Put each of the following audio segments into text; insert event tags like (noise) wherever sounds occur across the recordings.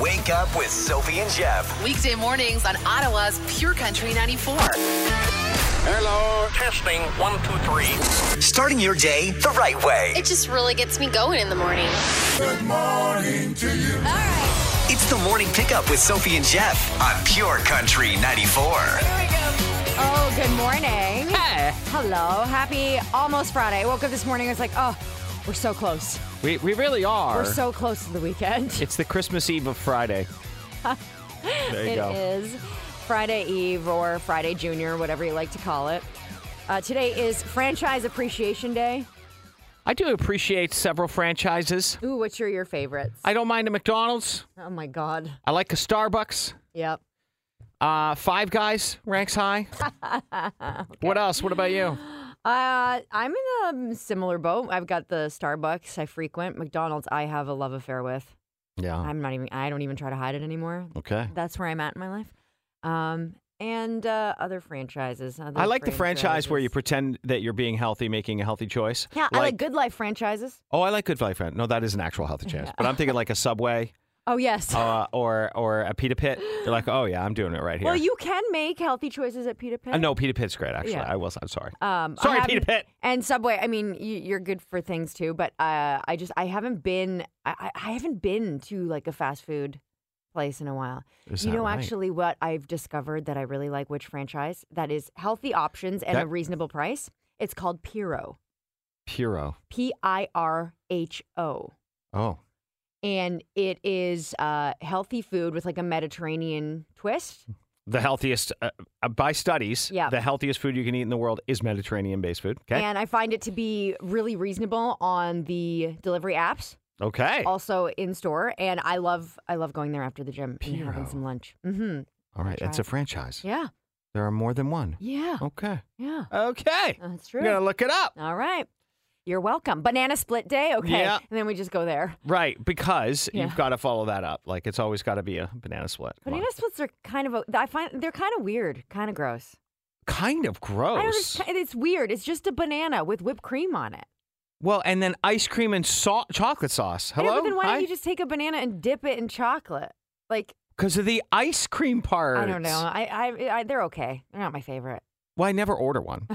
Wake up with Sophie and Jeff. Weekday mornings on Ottawa's Pure Country 94. Hello. Testing one, two, three. Starting your day the right way. It just really gets me going in the morning. It's the morning pickup with Sophie and Jeff on Pure Country 94. Oh, good morning. Hello. Happy almost Friday. I woke up this morning. I was like, oh, we're so close. We, we really are. We're so close to the weekend. it's the Christmas Eve (laughs) of Friday. there you It go. is Friday Eve or Friday Junior, whatever you like to call it. Uh, today is Franchise Appreciation Day. I do appreciate several franchises. Ooh, which are your favorites? I don't mind a McDonald's. oh my God. I like a Starbucks. Yep. Uh, Five Guys (laughs) ranks high. What else? What about you? Uh, I'm in a similar boat. I've got the Starbucks I frequent, McDonald's I have a love affair with. Yeah. I'm not even. I don't even try to hide it anymore. Okay. that's where I'm at in my life. Um, and uh, other franchises. Other I like the franchise where you franchises. pretend that you're being healthy, making a healthy choice. yeah, I like Good Life franchises. Oh, I like Good Value Friend. No, that is an actual healthy choice. But (laughs) I'm thinking like a Subway Oh yes. uh, or or a Pita Pit. You're like, oh yeah, I'm doing it right (laughs) here. well, you can make healthy choices at Peter Pan. Uh, no, Pita Pit's great. Actually, Yeah. I was. I'm sorry. Um, I Sorry, haven't- Peter Pitt. and Subway. I mean, you, you're good for things too, but uh, I just I haven't been I, I I haven't been to like a fast food place in a while. Is you that know, right? actually, what I've discovered that I really like which franchise that is healthy options and a That- reasonable price. It's called Piro. Puro. P I R H O. Oh. and it is uh, healthy food with like a Mediterranean twist. the healthiest uh, uh, by studies Yeah. the healthiest food you can eat in the world is mediterranean based food okay And I find it to be really reasonable on the delivery apps, okay also in store. And I love I love going there after the gym and having Piro. some lunch. hmm all right it's try. a franchise Yeah, there are more than one yeah, okay yeah. okay That's you're true. gonna look it up All right, you're welcome. Banana split day, okay? Yeah. And then we just go there. right because Yeah. you've got to follow that up like it's always got to be a banana split Come on. Banana splits are kind of a- I find they're kind of weird, kind of gross. kind of I don't gross understand- it's weird. It's just a banana with whipped cream on it. well and then ice cream and so- chocolate sauce Yeah, hello but then why Hi? don't you just take a banana and dip it in chocolate? Like because of the ice cream part I don't know. I, I, I they're okay. They're not my favorite. well i never order (laughs) one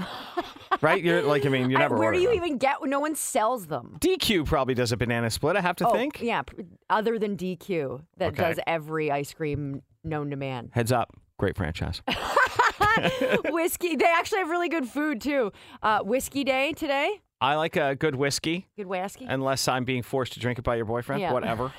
right you're like i mean you I- never where order do you one. even get? No one sells them. dq probably does a banana split i have to oh, think yeah. p- Other than DQ, that Okay. does every ice cream known to man. (laughs) Heads up, great franchise. whiskey. They actually have really good food too. Uh, whiskey day today. I like a good whiskey, Good whiskey. unless I'm being forced to drink it by your boyfriend. Yeah. Whatever.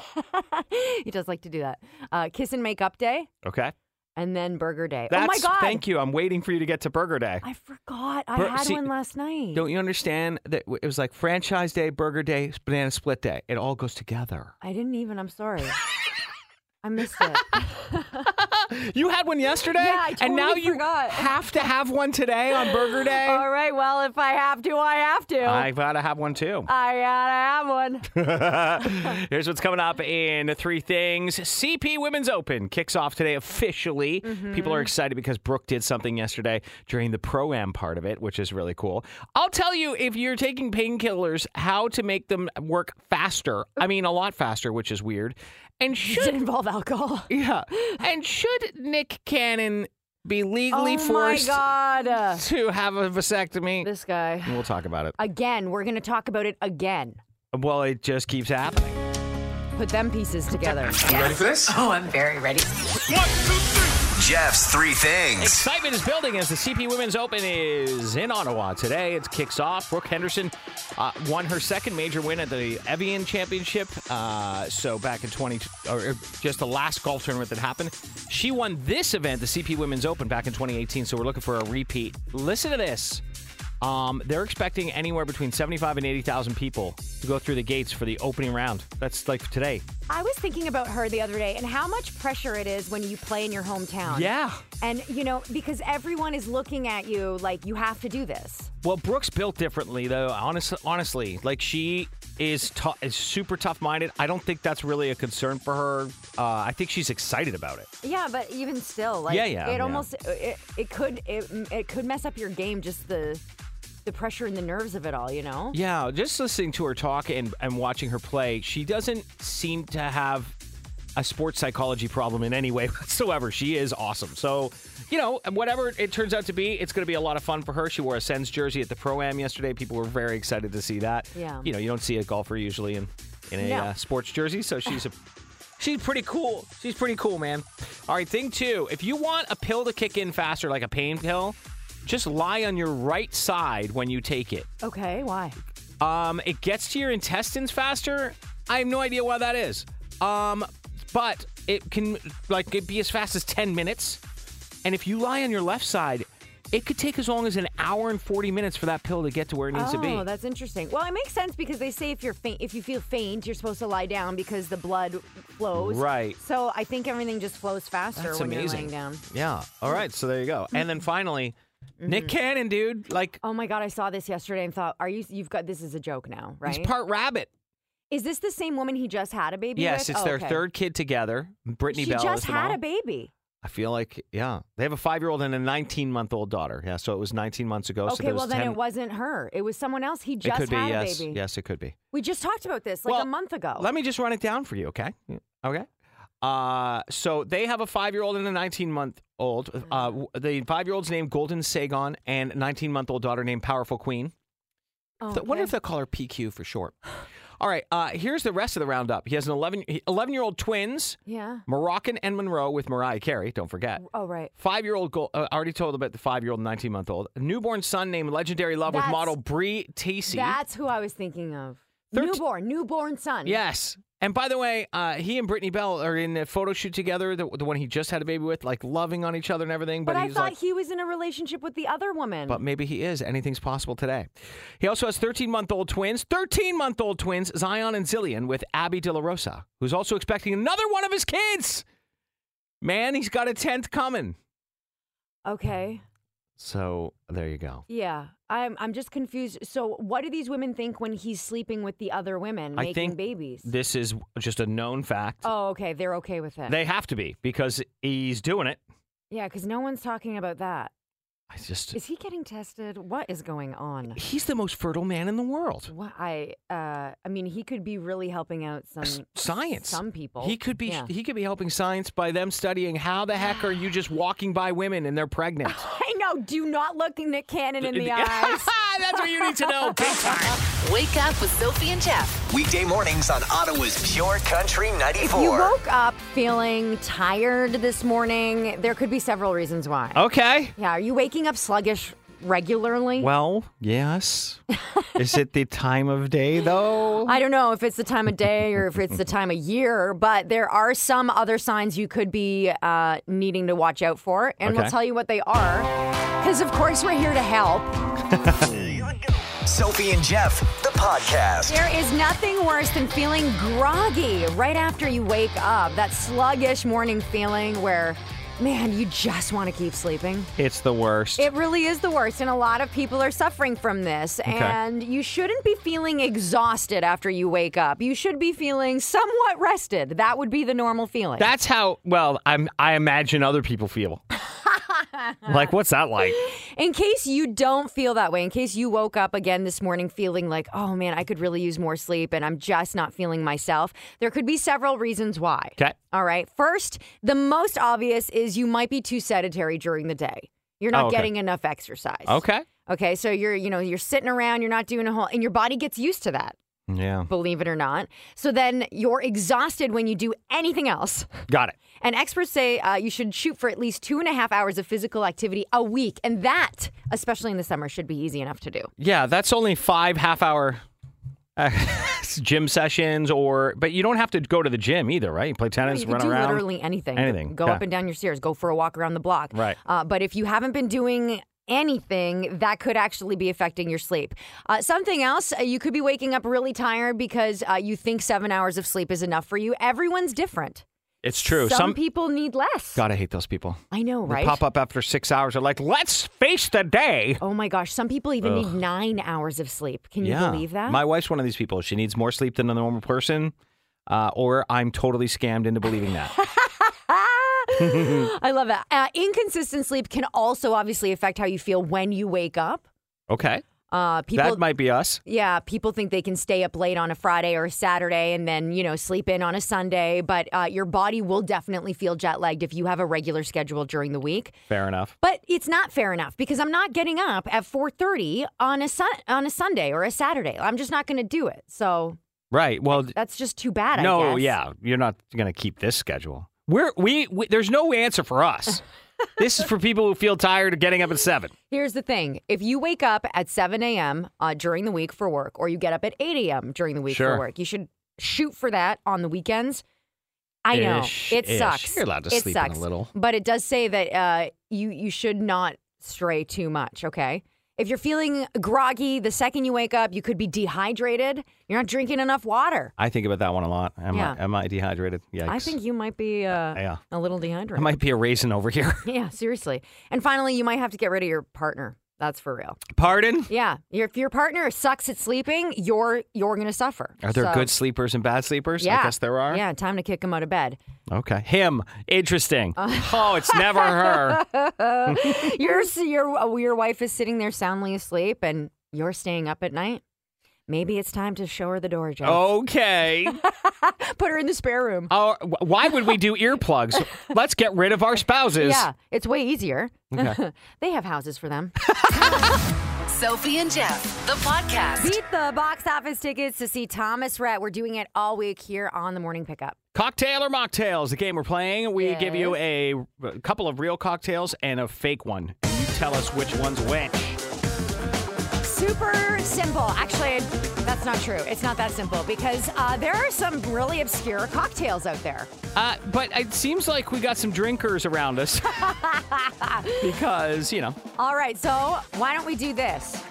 (laughs) he does like to do that. Uh, kiss and make up day, Okay. and then burger day. That's, oh my god! Thank you. I'm waiting for you to get to Burger Day. I forgot. I Bur- had see- one last night. Don't you understand that w- it was like franchise day, burger day, banana split day. It all goes together. I didn't even. I'm sorry. (laughs) I missed it. (laughs) You had one yesterday, Yeah, I and now totally you forgot. have to have one today on (laughs) Burger Day. All right. Well, if I have to, I have to. I gotta have one too. I gotta have (laughs) one. Here's what's coming up in three things. CP Women's Open kicks off today officially. Mm-hmm. People are excited because Brooke did something yesterday during the pro am part of it, which is really cool. I'll tell you if you're taking painkillers, how to make them work faster. I mean, a lot faster, which is weird. And Does it (laughs) should involve alcohol? yeah, and should Nick Cannon be legally oh forced my god! Uh, to have a vasectomy? This guy. we'll talk about it. Again, we're gonna talk about it again. Well, it just keeps happening. Put them pieces together. Oh, I'm very ready. Jeff's three things. Excitement is building as the CP Women's Open is in Ottawa today. It kicks off. Brooke Henderson uh, won her second major win at the Evian Championship. Uh, so back in 20, or or just the last golf tournament that happened, she won this event, the CP Women's Open, back in 2018. So we're looking for a repeat. Listen to this. Um, they're expecting anywhere between 75 and 80,000 people to go through the gates for the opening round. That's like today. I was thinking about her the other day and how much pressure it is when you play in your hometown. Yeah. And you know because everyone is looking at you like you have to do this. Well, Brooke's built differently, though. Honest, honestly, like she is tou- is super tough minded. I don't think that's really a concern for her. Uh, I think she's excited about it. Yeah, but even still, like Yeah, yeah, it yeah. almost uh, it, it could it, it could mess up your game just the the pressure and the nerves of it all, you know. Yeah, just listening to her talk and and watching her play, she doesn't seem to have a sports psychology problem in any way (laughs) whatsoever. She is awesome. So, you know, whatever it turns out to be, it's going to be a lot of fun for her. She wore a Sens jersey at the Pro Am yesterday. People were very excited to see that. Yeah. You know, you don't see a golfer usually in, in a No. uh, sports jersey. So she's a. (laughs) She's pretty cool. She's pretty cool, man. All right, thing two. If you want a pill to kick in faster, like a pain pill, just lie on your right side when you take it. Okay, why? Um, it gets to your intestines faster. I have no idea why that is. Um, but it can like it be as fast as ten minutes, and if you lie on your left side, it could take as long as an hour and forty minutes for that pill to get to where it needs to be. Oh, that's interesting. Well, it makes sense because they say if you're faint, if you feel faint, you're supposed to lie down because the blood flows. Right. So I think everything just flows faster That's when you're amazing. lying down. Mm-hmm. Yeah. All right. So there you go. And then finally, Nick Cannon, dude, like Oh my god, I saw this yesterday and thought, are you? You've got this is a joke now, right? he's part rabbit. is this the same woman he just had a baby? Yes, with? it's Oh, their okay. third kid together. Brittany She Bell. just is the mom. had a baby. I feel like, yeah, they have a five-year-old and a 19-month-old daughter. Yeah, so it was 19 months ago. so Okay, there well was then 10 it wasn't her. It was someone else. He It just could be, had a yes. baby. Yes, it could be. We just talked about this like Well, a month ago. Let me just run it down for you, okay? Yeah. Okay. Uh, so they have a five-year-old and a 19-month-old. Mm. Uh, w- the five-year-old's named Golden Sagon and 19-month-old daughter named Powerful Queen. oh, Th- wonder okay. if they'll call her PQ for short. (sighs) All right, uh, here's the rest of the roundup. He has an 11, 11-year-old twins, yeah. Moroccan and Monroe with Mariah Carey, don't forget. Oh right. Five year old, uh, I already told about the five year old, 19 month old. Newborn son named Legendary Love with That's- model Brie Tacey. That's who I was thinking of. Thirt- newborn, newborn son. Yes. And by the way, uh, he and Brittany Bell are in a photo shoot together, the, the one he just had a baby with, like loving on each other and everything. But, But, I he's thought like, he was in a relationship with the other woman. but maybe he is. Anything's possible today. He also has 13 month old twins, 13 month old twins, Zion and Zillion, with Abby De La Rosa, who's also expecting another one of his kids. Man, he's got a 10th coming. okay. So there you go. Yeah. I'm I'm just confused. So what do these women think when he's sleeping with the other women I making think babies? This is just a known fact. oh, okay. They're okay with it. They have to be because he's doing it. yeah, because no one's talking about that. I just Is he getting tested? What is going on? he's the most fertile man in the world. What I uh I mean he could be really helping out S- some Science. Some people. He could be Yeah. he could be helping science by them studying how the heck are you just walking by women and (laughs) they're pregnant. I know. Do not look Nick Cannon in the (laughs) eyes. That's what you need to know. Big time. Wake up with Sophie and Jeff. Weekday mornings on Ottawa's Pure Country If you 94. woke up feeling tired this morning, there could be several reasons why. Okay. Yeah, are you waking up sluggish regularly? Well, yes. Is it the time of (laughs) day though? I don't know if it's the time of day or if it's the time of year, but there are some other signs you could be uh, needing to watch out for, and Okay. we'll tell you what they are. Because, of course, we're here to help. Sophie and Jeff, the podcast. There is nothing worse than feeling groggy right after you wake up. That sluggish morning feeling where, man, you just want to keep sleeping. It's the worst. It really is the worst, and a lot of people are suffering from this. And you shouldn't be feeling exhausted after you wake up. You should be feeling somewhat rested. That would be the normal feeling. That's how well I'm I imagine other (laughs) people feel. like what's that like? in case you don't feel that way, in case you woke up again this morning feeling like, oh man, I could really use more sleep and I'm just not feeling myself, there could be several reasons why. Okay. All right. First, the most obvious is you might be too sedentary during the day. You're not Oh, okay. getting enough exercise. Okay. Okay, so you're you know you're sitting around, you're not doing a whole, and your body gets used to that, Yeah. believe it or not. So then you're exhausted when you do anything else. Got it. And experts say uh, you should shoot for at least two and a half hours of physical activity a week, and that, especially in the summer, should be easy enough to do. Yeah, that's only five half hour uh, (laughs) gym sessions, or but you don't have to go to the gym either, right? You play tennis, you run can do around. literally anything. Anything, Go okay. up and down your stairs. Go for a walk around the block. Right. Uh, but if you haven't been doing anything, that could actually be affecting your sleep. Uh, something else, uh, you could be waking up really tired because uh, you think seven hours of sleep is enough for you. Everyone's different. It's true. Some, people need less. gotta hate those people. I know, They right? pop up after six hours. They're like, let's face the day. Oh my gosh. Some people even need nine hours of sleep. Can you believe that? My wife's one of these people. She needs more sleep than a normal person, uh, or I'm totally scammed into believing that. (laughs) I love that. Uh, inconsistent sleep can also obviously affect how you feel when you wake up. okay. Uh, people, that might be us. yeah, people think they can stay up late on a Friday or a Saturday and then, you know, sleep in on a Sunday. But uh, your body will definitely feel jet lagged if you have a regular schedule during the week. Fair enough. But it's not fair enough because I'm not getting up at 4:30 on a sun- on a Sunday or a Saturday. I'm just not going to do it. So Right. Well, that's just too bad. I no, guess. yeah, you're not going to keep this schedule. We're we, we there's no answer (laughs) for us. this is for people who feel tired of getting up at seven. Here's the thing: if you wake up at 7 a.m. Uh, during the week for work, or you get up at 8 a.m. during the week Sure. for work, you should shoot for that on the weekends. I know Ish, it ish. sucks. You're allowed to it sleep in a sucks. little. but it does say that uh, you you should not stray too much. Okay. If you're feeling groggy the second you wake up, you could be dehydrated. You're not drinking enough water. I think about that one a lot. Am Yeah. I am I dehydrated? Yikes. I think you might be uh, yeah. a little I dehydrated. might be a raisin over here. (laughs) yeah, seriously. And finally, you might have to get rid of your partner. That's for real. Pardon? Yeah, your- if your partner sucks at sleeping, you're you're gonna suffer. Are there So- good sleepers and bad sleepers? Yeah, I guess there are. Yeah, time to kick him out of bed. (laughs) Okay. Him. Interesting. oh, it's never her. your your your wife is sitting there soundly asleep, and you're staying up at night. Maybe it's time to show her the door, Jeff. Oh. Okay. (laughs) Put her in the spare room. Our- wh- why would we do earplugs? Let's get rid of our spouses. yeah, it's way easier. Okay. (laughs) they have houses for (laughs) them. Sophie and Jeff, the podcast. Beat the box office tickets to see Thomas Rhett. We're doing it all week here on the Morning Pickup. Cocktail or mocktail is the game we're playing. We give you a, a couple of real cocktails and a fake one. You tell us which one's which. Super simple. Actually, that's not true. It's not that simple because uh, there are some really obscure cocktails out there. Uh, but it seems like we got some drinkers around us. (laughs) because, you know, All right, so why don't we do this?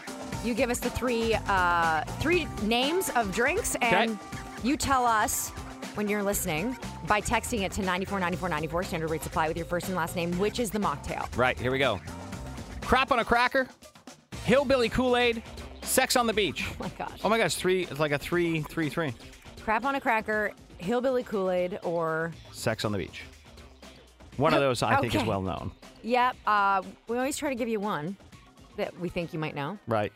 You give us the three uh, three names of drinks, and Okay. you tell us when you're listening by texting it to 949494 standard rate supply with your first and last name, which is the mocktail. Right, here we go. Crap on a cracker, hillbilly Kool-Aid, sex on the beach. Oh my gosh. Oh my gosh, three it's like a three, three, three. Crap on a cracker, hillbilly Kool Aid, or Sex on the beach. One of those I think is Okay. well known. yep. Uh, we always try to give you one that we think you might know. Right.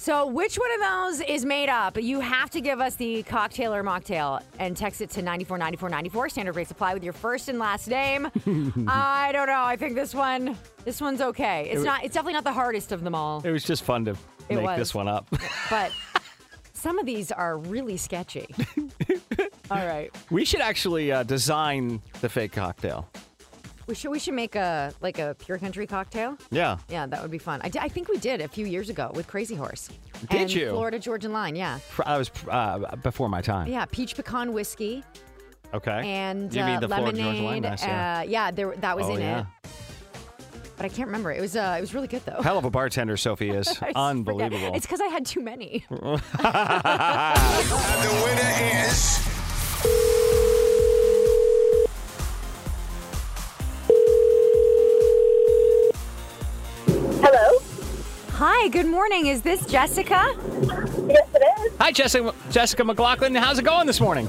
So, which one of those is made up? You have to give us the cocktail or mocktail and text it to 949494, standard rate supply with your first and last name. (laughs) I don't know. I think this one, this one's okay. It's not, it's definitely not the hardest of them all, It was just fun to It make was. this one up. (laughs) but some of these are really (laughs) sketchy. all right. we should actually uh, design the fake cocktail. We should, we should make a, like a pure country cocktail. Yeah. Yeah, that would be fun. I, di- I think we did a few years ago with Crazy Horse. Did and you? Florida Georgia Line, yeah. Pr- I was uh, before my time. Yeah, peach pecan whiskey. Okay. and you uh, mean the Florida lemonade. Georgia line? Nice, yeah. uh, yeah, there that was Oh, in yeah. it. But I can't remember. It was uh, it was really good though. Hell of a bartender Sophie (laughs) is. I just forget. Unbelievable. It's because I had too many. The winner is. Hello. Hi, good morning. Is this Jessica? Yes, it is. Hi Jessica Jessica McLaughlin, how's it going this morning?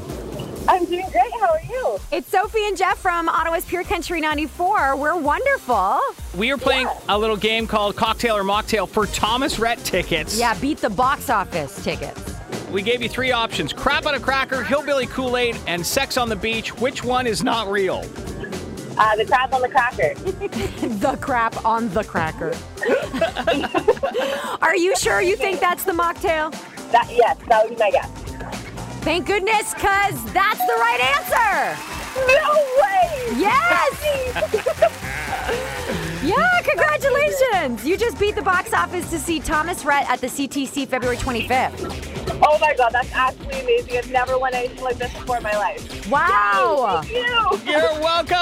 I'm doing great. How are you? It's Sophie and Jeff from Ottawa's Pure Country 94. We're wonderful. We are playing a little game called Cocktail or Mocktail for Thomas Rhett tickets. Yeah, beat the box office tickets. We gave you three options crap on a cracker, hillbilly Kool Aid, and sex on the beach. Which one is not real? Uh, the crab on the cracker. The crap on the cracker. (laughs) Are you sure you think that's the mocktail? that, yes, that would be my guess. Thank goodness, because that's the right answer. No way! (laughs) Yes! yeah, congratulations! You just beat the box office to see Thomas Rhett at the CTC February 25th. Oh my god, that's absolutely amazing. I've never won anything like this before in my life. Wow! Thank you. (laughs) You're (laughs) welcome!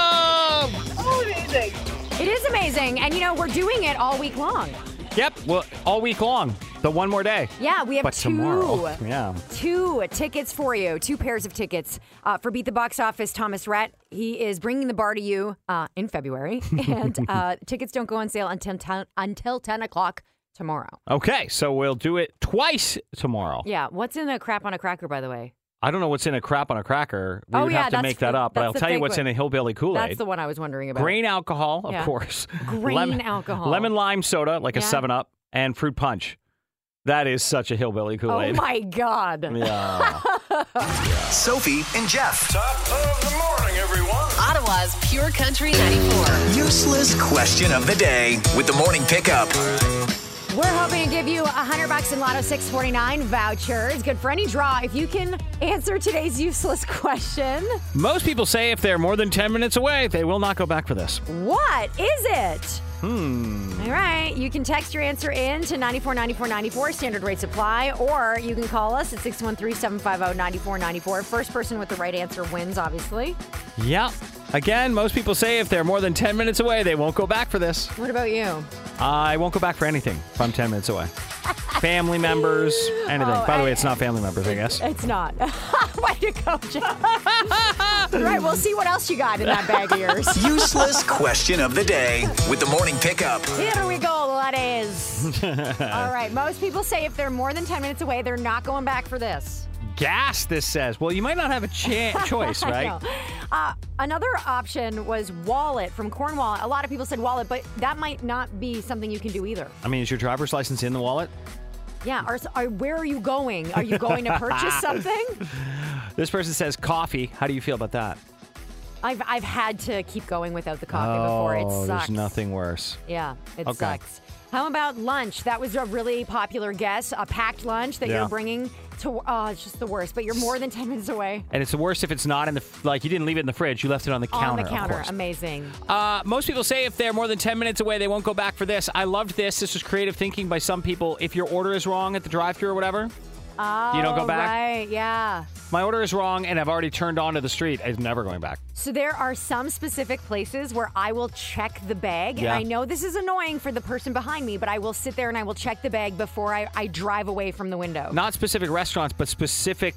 Oh, amazing. It is amazing. And you know, we're doing it all week long. Yep, well, all week long. The one more day. Yeah, we have But two. tomorrow. Yeah. Two tickets for you, two pairs of tickets uh, for Beat the Box Office. Thomas Rhett, he is bringing the bar to you uh, in (laughs) February, and uh, tickets don't go on sale until ten, until ten o'clock tomorrow. Okay, so we'll do it twice tomorrow. Yeah, what's in a crap on a cracker, by the way? I don't know what's in a crap on a cracker. We Oh, would yeah, have to that's make the- that up, but that's I'll the tell you fake what's one. in a hillbilly Kool That's Aid. the one I was wondering about. Grain alcohol, of Yeah. course. (laughs) Grain alcohol. Lemon lime soda, like a Yeah. 7 Up, and fruit punch. That is such a hillbilly Kool Oh Aid. my God. yeah. Sophie and Jeff. Top of the morning, everyone. Ottawa's Pure Country 94. Useless question of the day with the morning pickup. We're hoping to give you a 100 bucks in Lotto 649 vouchers. Good for any draw if you can answer today's useless (laughs) question. (laughs) Most people say if they're more than 10 minutes away, they will not go back for this. What is it? Hmm. All right. You can text your answer in to 949494, standard rates apply, or you can call us at 613 750 9494. First person with the right answer wins, obviously. Yeah. Again, most people say if they're more than 10 minutes away, they won't go back for this. What about you? I won't go back for anything if I'm 10 (laughs) minutes away. family members, anything. Oh, By the I- way, it's not family members, I guess. It's not. (laughs) Way to go, Jeff. All right. We'll see what else you got in that bag of yours. (laughs) Useless question of the day with the morning pickup. Here we go, ladies. All right. Most people say if they're more than 10 minutes away, they're not going back for this. Gas, this says. Well, you might not have (laughs) a cha- choice, (laughs) right? No. Uh, another option was wallet from Cornwall. A lot of people said wallet, but that might not be something you can do either. I mean, is your driver's license in the wallet? Yeah. Or, or where are you going? Are you going to (laughs) purchase something? This person says coffee. How do you feel about that? I've, I've had to keep going without the coffee before. It sucks. Oh, there's nothing worse. Yeah, it Okay. sucks. How about lunch? That was a really popular guess. A packed lunch that Yeah. you're bringing to. Oh, it's just the worst. But you're more than 10 minutes away. And it's worse if it's not in the like you didn't leave it in the fridge. You left it on the on counter. the of counter. course. Amazing. Uh, most people say if they're more than 10 minutes away, they won't go back for this. I loved this. This was creative thinking by some people. If your order is wrong at the drive-thru or whatever, you don't go Oh, back. Right, yeah. My order is wrong, and I've already turned onto the street. I'm never going back. So there are some specific places where I will check the bag. Yeah. And I know this is annoying for the person behind me, but I will sit there and I will check the bag before I, I drive away from the window. Not specific restaurants, but specific.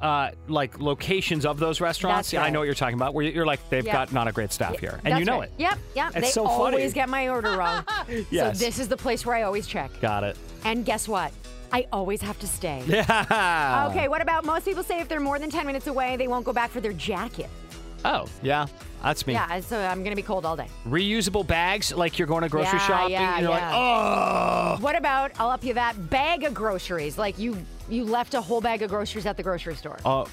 Uh, like locations of those restaurants. That's Yeah, I right. know what you're talking about. Where you're like, they've Yeah. got not a great staff here, and That's you know right. it. Yep, yep. It's they so funny. always get my order (laughs) wrong. Yes. So this is the place where I always check. Got it. (laughs) And guess what? I always have to stay. Yeah. Okay, what about most people say if they're more than 10 minutes away, they won't go back for their jacket? Oh, yeah. That's me. Yeah, so I'm going to be cold all day. Reusable bags, like you're going to grocery Yeah, shopping. yeah, and you're yeah. like, oh. What about I'll up you that bag of groceries? Like you you left a whole bag of groceries at the grocery store. Oh,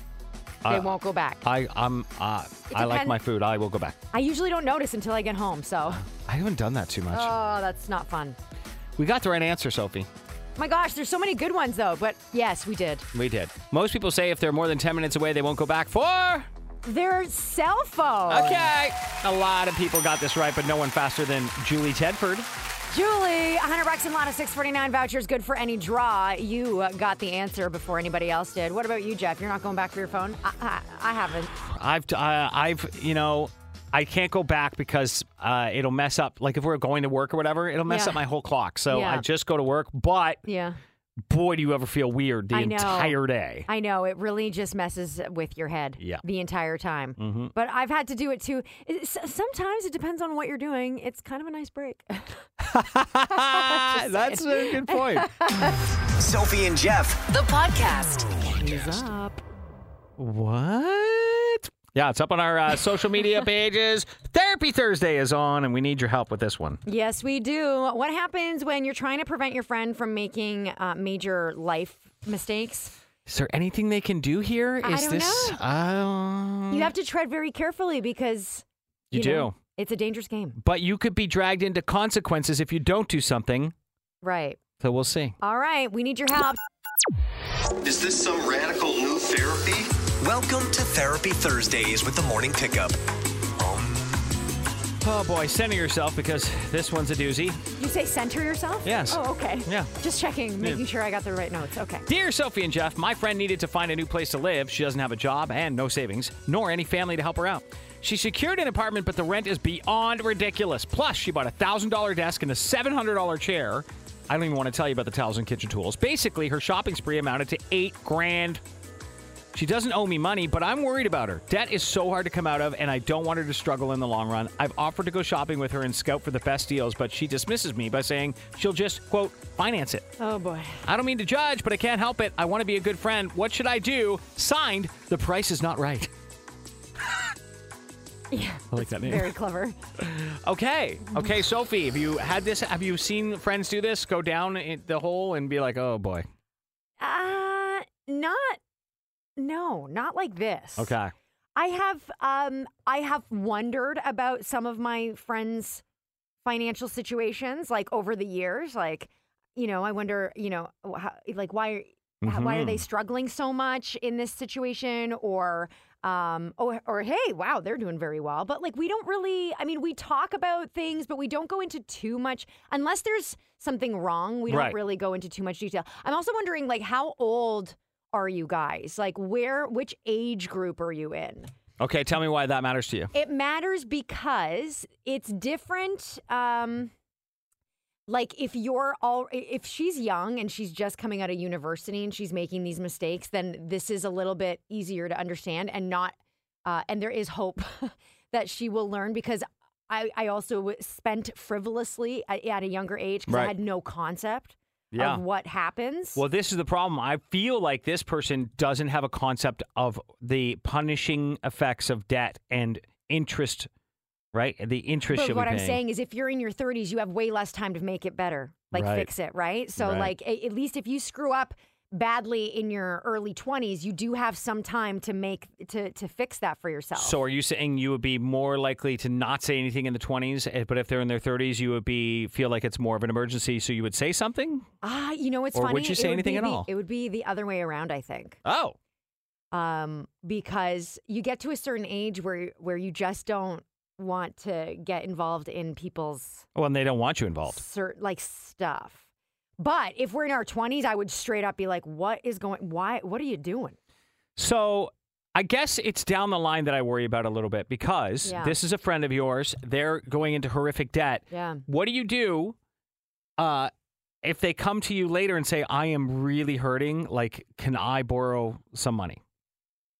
they won't go back. I, I, I'm, uh, I like depends- my food. I will go back. usually don't notice until I get home, (laughs) so I haven't done that too much. oh, that's not fun. we got the right answer, Sophie. My gosh, there's so many good ones though, but yes, we did. We did. Most people say if they're more than 10 minutes away, they won't go back Oh. for. Their cell phone. Okay. A lot of people got this right, but no one faster than Julie Tedford. Julie, 100 bucks and lot of 649 vouchers good for any draw. You uh, got the answer before anybody else did. What about you, Jeff? You're not going back for your phone? I, I, I haven't. I've, uh, I've, you know, I can't go back because uh, it'll mess up. Like if we're going to work or whatever, it'll mess Yeah. up my whole clock. So Yeah. I just go to work. But Yeah. boy, do you ever feel weird the I know. (laughs) entire day. I know it really just messes with your head Yeah. Mm-hmm. the entire time. But I've had to do it too. It- s- Sometimes it depends on what you're doing. It's kind of a nice break. (laughs) That's a good point. Sophie and Jeff. The podcast. What's (laughs) up? what? Yeah, it's up on our uh, (laughs) social media pages. Therapy Thursday is on, and we need your help with this one. Yes, we do. What happens when you're trying to prevent your friend from making uh, major life mistakes? Is there anything they can do here? Is I don't this? know. Um, You have to tread very carefully because You know, do. it's a dangerous game. but you could be dragged into consequences if you don't do something. Right. So we'll see. All right, we need your help. Is this some radical new therapy? Welcome to Therapy Thursdays with the morning pickup. Oh boy, center yourself because this one's a doozy. You say center yourself? Yes. Oh, okay. Yeah. Just checking, making sure I got the right notes. Okay. Dear Sophie and Jeff, my friend needed to find a new place to live. She doesn't have a job and no savings, nor any family to help her out. She secured an apartment, but the rent is beyond ridiculous. Plus, she bought a $1,000 desk and a $700 chair. I don't even want to tell you about the towels and kitchen tools. Basically, her shopping spree amounted to eight grand. She doesn't owe me money, but I'm worried about her. Debt is so hard to come out of, and I don't want her to struggle in the long run. I've offered to go shopping with her and scout for the best deals, but she dismisses me by saying she'll just, quote, finance it. Oh boy. I don't mean to judge, but I can't help it. I want to be a good friend. What should I do? Signed, the price is not right. (laughs) Yeah, I like that (laughs) name. Very Mhm. clever. Okay. Okay, Sophie, have you had this? Have you seen friends do this? Go down in the hole and be like, oh boy. Uh, not. No, not like this. Okay. I have um I have wondered about some of my friends' financial situations like over the years like you know I wonder you know wh- how, like why are h- why are they struggling so much in this situation or um or, or hey wow they're doing very well but like we don't really I mean we talk about things but we don't go into too much unless there's something wrong we don't Right. really really go into too much detail. I'm also wondering, like, how old are you guys? Like, where, which age group are you in? Okay, tell me why that matters to you. It matters because it's different. Um, like if you're all if she's young and she's just coming out of university and she's making these mistakes, then this is a little bit easier to understand and not. Uh, and there is hope (laughs) that she will learn because I, I also w- spent frivolously at, at a younger age because I Right. had no concept Yeah. of what happens. Well, this is the problem. I feel like this person doesn't have a concept of the punishing effects of debt and interest, right? The interest But you'll what be I'm paying. saying is, if you're in your 30s, you have way less time to make it better, like Right. fix it, right? So, Right. like, a- at least if you screw up badly in your early 20s, you do have some time to make to to fix that for yourself. So, are you saying you would be more likely to not say anything in the 20s, eh, but if they're in their 30s, you would be feel like it's more of an emergency, so you would say something? ah, you know, it's Or would funny. you say it anything be at the- all? It would be the other way around, I think. Oh, um, because you get to a certain age where where you just don't want to get involved in people's well, and they don't want you involved. cer- like stuff. But if we're in our 20s, I would straight up be like, "What is going? Why? What are you doing?" So, I guess it's down the line that I worry about a little bit because Yeah. this is a friend of yours. They're going into horrific debt. Yeah. What do you do uh, if they come to you later and say, I am really hurting? Like, can I borrow some money?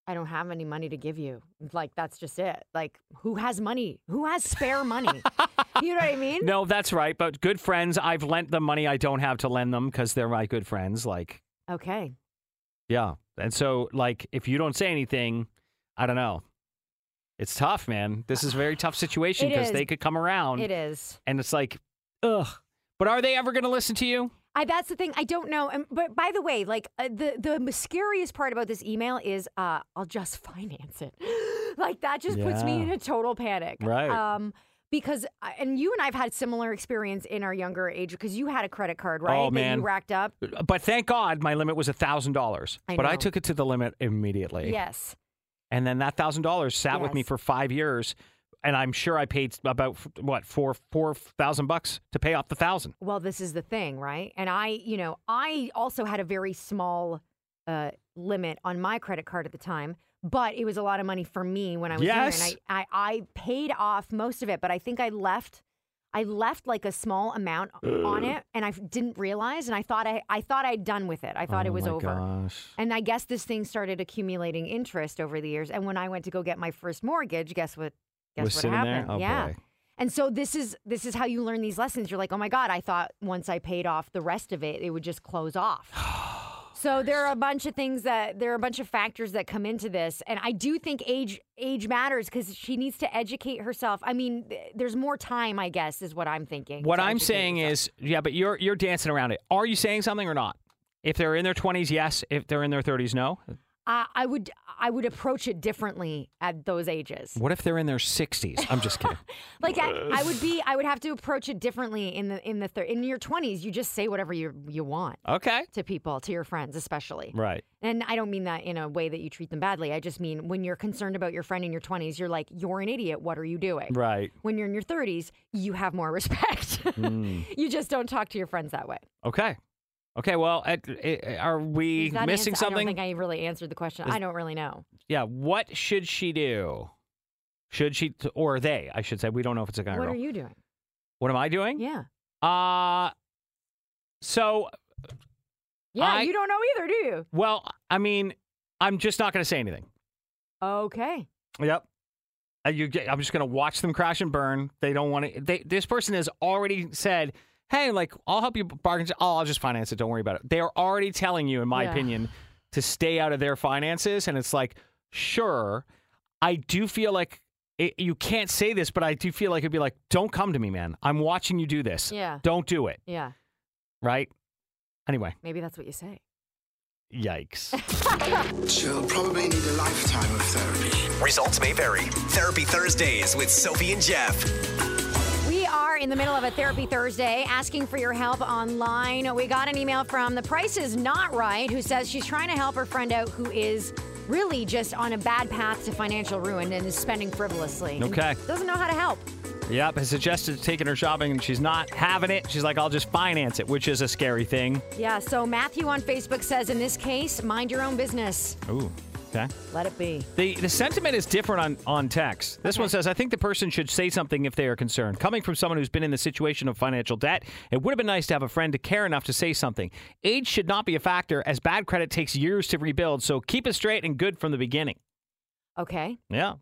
I don't have any money to give you. Like that's just it. Like who has money? Who has spare (laughs) money? you know what I mean? No, that's right. But good friends, I've lent them money I don't have to lend them because they're my good friends. Like, Okay. yeah. And so, like, if you don't say anything, I don't know. It's tough, man. This is a very tough situation It because is. they could come around It is. and it's like, ugh. But are they ever going to listen to you? I that's the thing. I don't know. Um, but by the way, like uh, the the scariest part about this email is uh, I'll just (laughs) finance it. like that just puts me Yeah. in a total panic. Right. Um because I- and you and I've had similar experience in our younger age because you had a credit card, right? Oh, That man. you racked up. But thank God my limit was a $1,000. I But I know. took it to the limit immediately. Yes. And then that thousand dollars sat with me Yes. for five years, and I'm sure I paid about what four four thousand bucks to pay off the thousand. well this is the thing right and i you know i also had a very small uh, limit on my credit card at the time but it was a lot of money for me when i was Yes. younger and I, I, I paid off most of it but i think i left i left like a small amount on it and i f- didn't realize and i thought i, I thought i'd done with it i thought it was over and i guess this thing started accumulating interest over the years and when i went to go get my first mortgage guess what guess Was what sitting there? happened Oh, yeah boy. and so this is this is how you learn these lessons. You're like, oh my god, I thought once I paid off the rest of it, it would just close (sighs) off. Oh, so there are a bunch of things that there are a bunch of factors that come into this, and I do think age age matters because she needs to educate herself. I mean, th- there's more time, I guess, is what I'm thinking. What to I'm educate saying herself. is, yeah, but you're you're dancing around it. Are you saying something or not? If they're in their 20s, yes. If they're in their 30s, no. I, I would I would approach it differently at those ages. What if they're in their 60s? I'm (laughs) just kidding. Like I, Uh. I would be I would have to approach it differently in the in the thir- in your 20s. You just say whatever you you want Okay. to people, to your friends, especially. Right. And I don't mean that in a way that you treat them badly. I just mean when you're concerned about your friend in your 20s, you're like, you're an idiot. What are you doing? Right. When you're in your 30s, you have more (laughs) respect. Mm. (laughs) you just don't talk to your friends that way. Okay. Okay. Well, at, eh, are we Is that missing answer- something? I don't think I really answered the question. I don't really know. yeah. What should she do? Should she t- or they? I should say. We don't know if it's a guy or what girl. are you doing? What am I doing? Yeah. Uh so Yeah, I- you don't know either, do you? well, I mean, I'm just not going to say anything. Okay. Yep. Uh, You, get- I'm just going to watch them crash and burn. They don't want to. They, this person has already said, "Hey, like I'll help you bargain. Oh, I'll just finance it. Don't worry about it." They are already telling you, in my Yeah. opinion, to stay out of their finances, and it's like, sure. I do feel like it, you can't say this, but I do feel like it'd be like, don't come to me, man. I'm watching you do this. Yeah. Don't do it. Yeah. Right. Anyway, Maybe that's what you say. (laughs) yikes. She'll probably need a lifetime of therapy. Results may vary. Therapy Thursdays with Sophie and Jeff. We are in the middle of a Therapy Thursday asking for your help online. We got an email from The Price is Not Right who says she's trying to help her friend out who is really just on a bad path to financial ruin and is spending frivolously. and Okay. doesn't know how to help. yep. I suggested taking her shopping and she's not having it. She's like, I'll just finance it, which is a scary thing. Yeah, so Matthew on Facebook says in this case, mind your own business. Ooh. Okay. Let it be. The, the sentiment is different on, on text. This one says, I think the person should say something if they are concerned. Coming from someone who's been in the situation of financial debt, it would have been nice to have a friend to care enough to say something. Age should not be a factor, as bad credit takes years to rebuild, so keep it straight and good from the beginning. Okay. Yeah.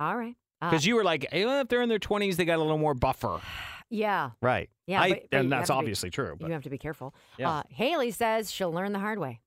All right. Uh, Because you were like, eh, well, if they're in their 20s, they got a little more buffer. yeah. Right. Yeah, I- but- but you and that's have to be- obviously true. But. You have to be careful. Yeah. Uh, Haley says she'll learn the hard way.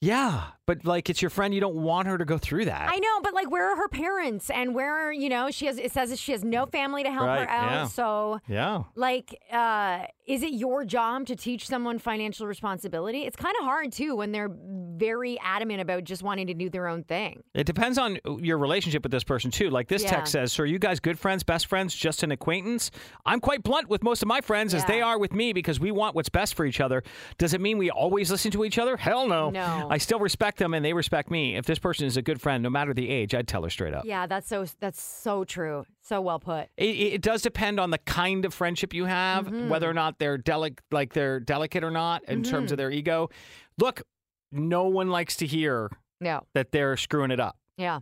yeah. But like, it's your friend. You don't want her to go through that. I know, but like, where are her parents? And where are you know she has? It says that she has no family to help Right, her out. yeah. So, yeah. like, uh, is it your job to teach someone financial responsibility? It's kind of hard too when they're very adamant about just wanting to do their own thing. It depends on uh, your relationship with this person too. Like this Yeah. text says, "So are you guys good friends, best friends, just an acquaintance?" I'm quite blunt with most of my friends as Yeah. they are with me because we want what's best for each other. Does it mean we always listen to each other? Hell no. No. I still respect them and they respect me. If this person is a good friend, no matter the age, I'd tell her straight up. Yeah, that's so that's so true. So well put. It, it it does depend on the kind of friendship you have, Mm-hmm. whether or not they're delic- like they're delicate or not in Mm-hmm. terms of their ego. Look, no one likes to hear No. that they're screwing it up. Yeah.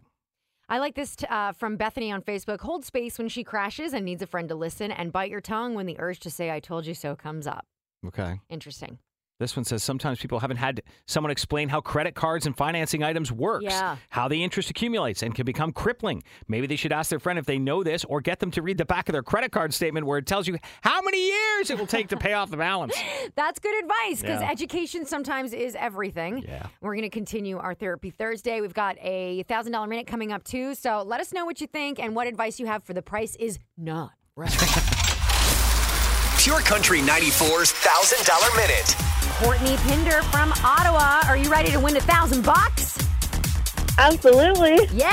I like this t- uh, from Bethany on Facebook. Hold space when she crashes and needs a friend to listen, and bite your tongue when the urge to say "I told you so" comes up. Okay. Interesting. This one says sometimes people haven't had someone explain how credit cards and financing items works, Yeah. how the interest accumulates and can become crippling. Maybe they should ask their friend if they know this or get them to read the back of their credit card statement where it tells you how many years it will take to pay off the balance. That's good advice because Yeah. education sometimes is everything. Yeah. We're going to continue our therapy Thursday. We've got a thousand dollar minute coming up too. So let us know what you think and what advice you have for the price is not right. Pure Country 94's $1,000 Minute. Courtney Pinder from Ottawa, are you ready to win a thousand bucks? Absolutely. Yeah,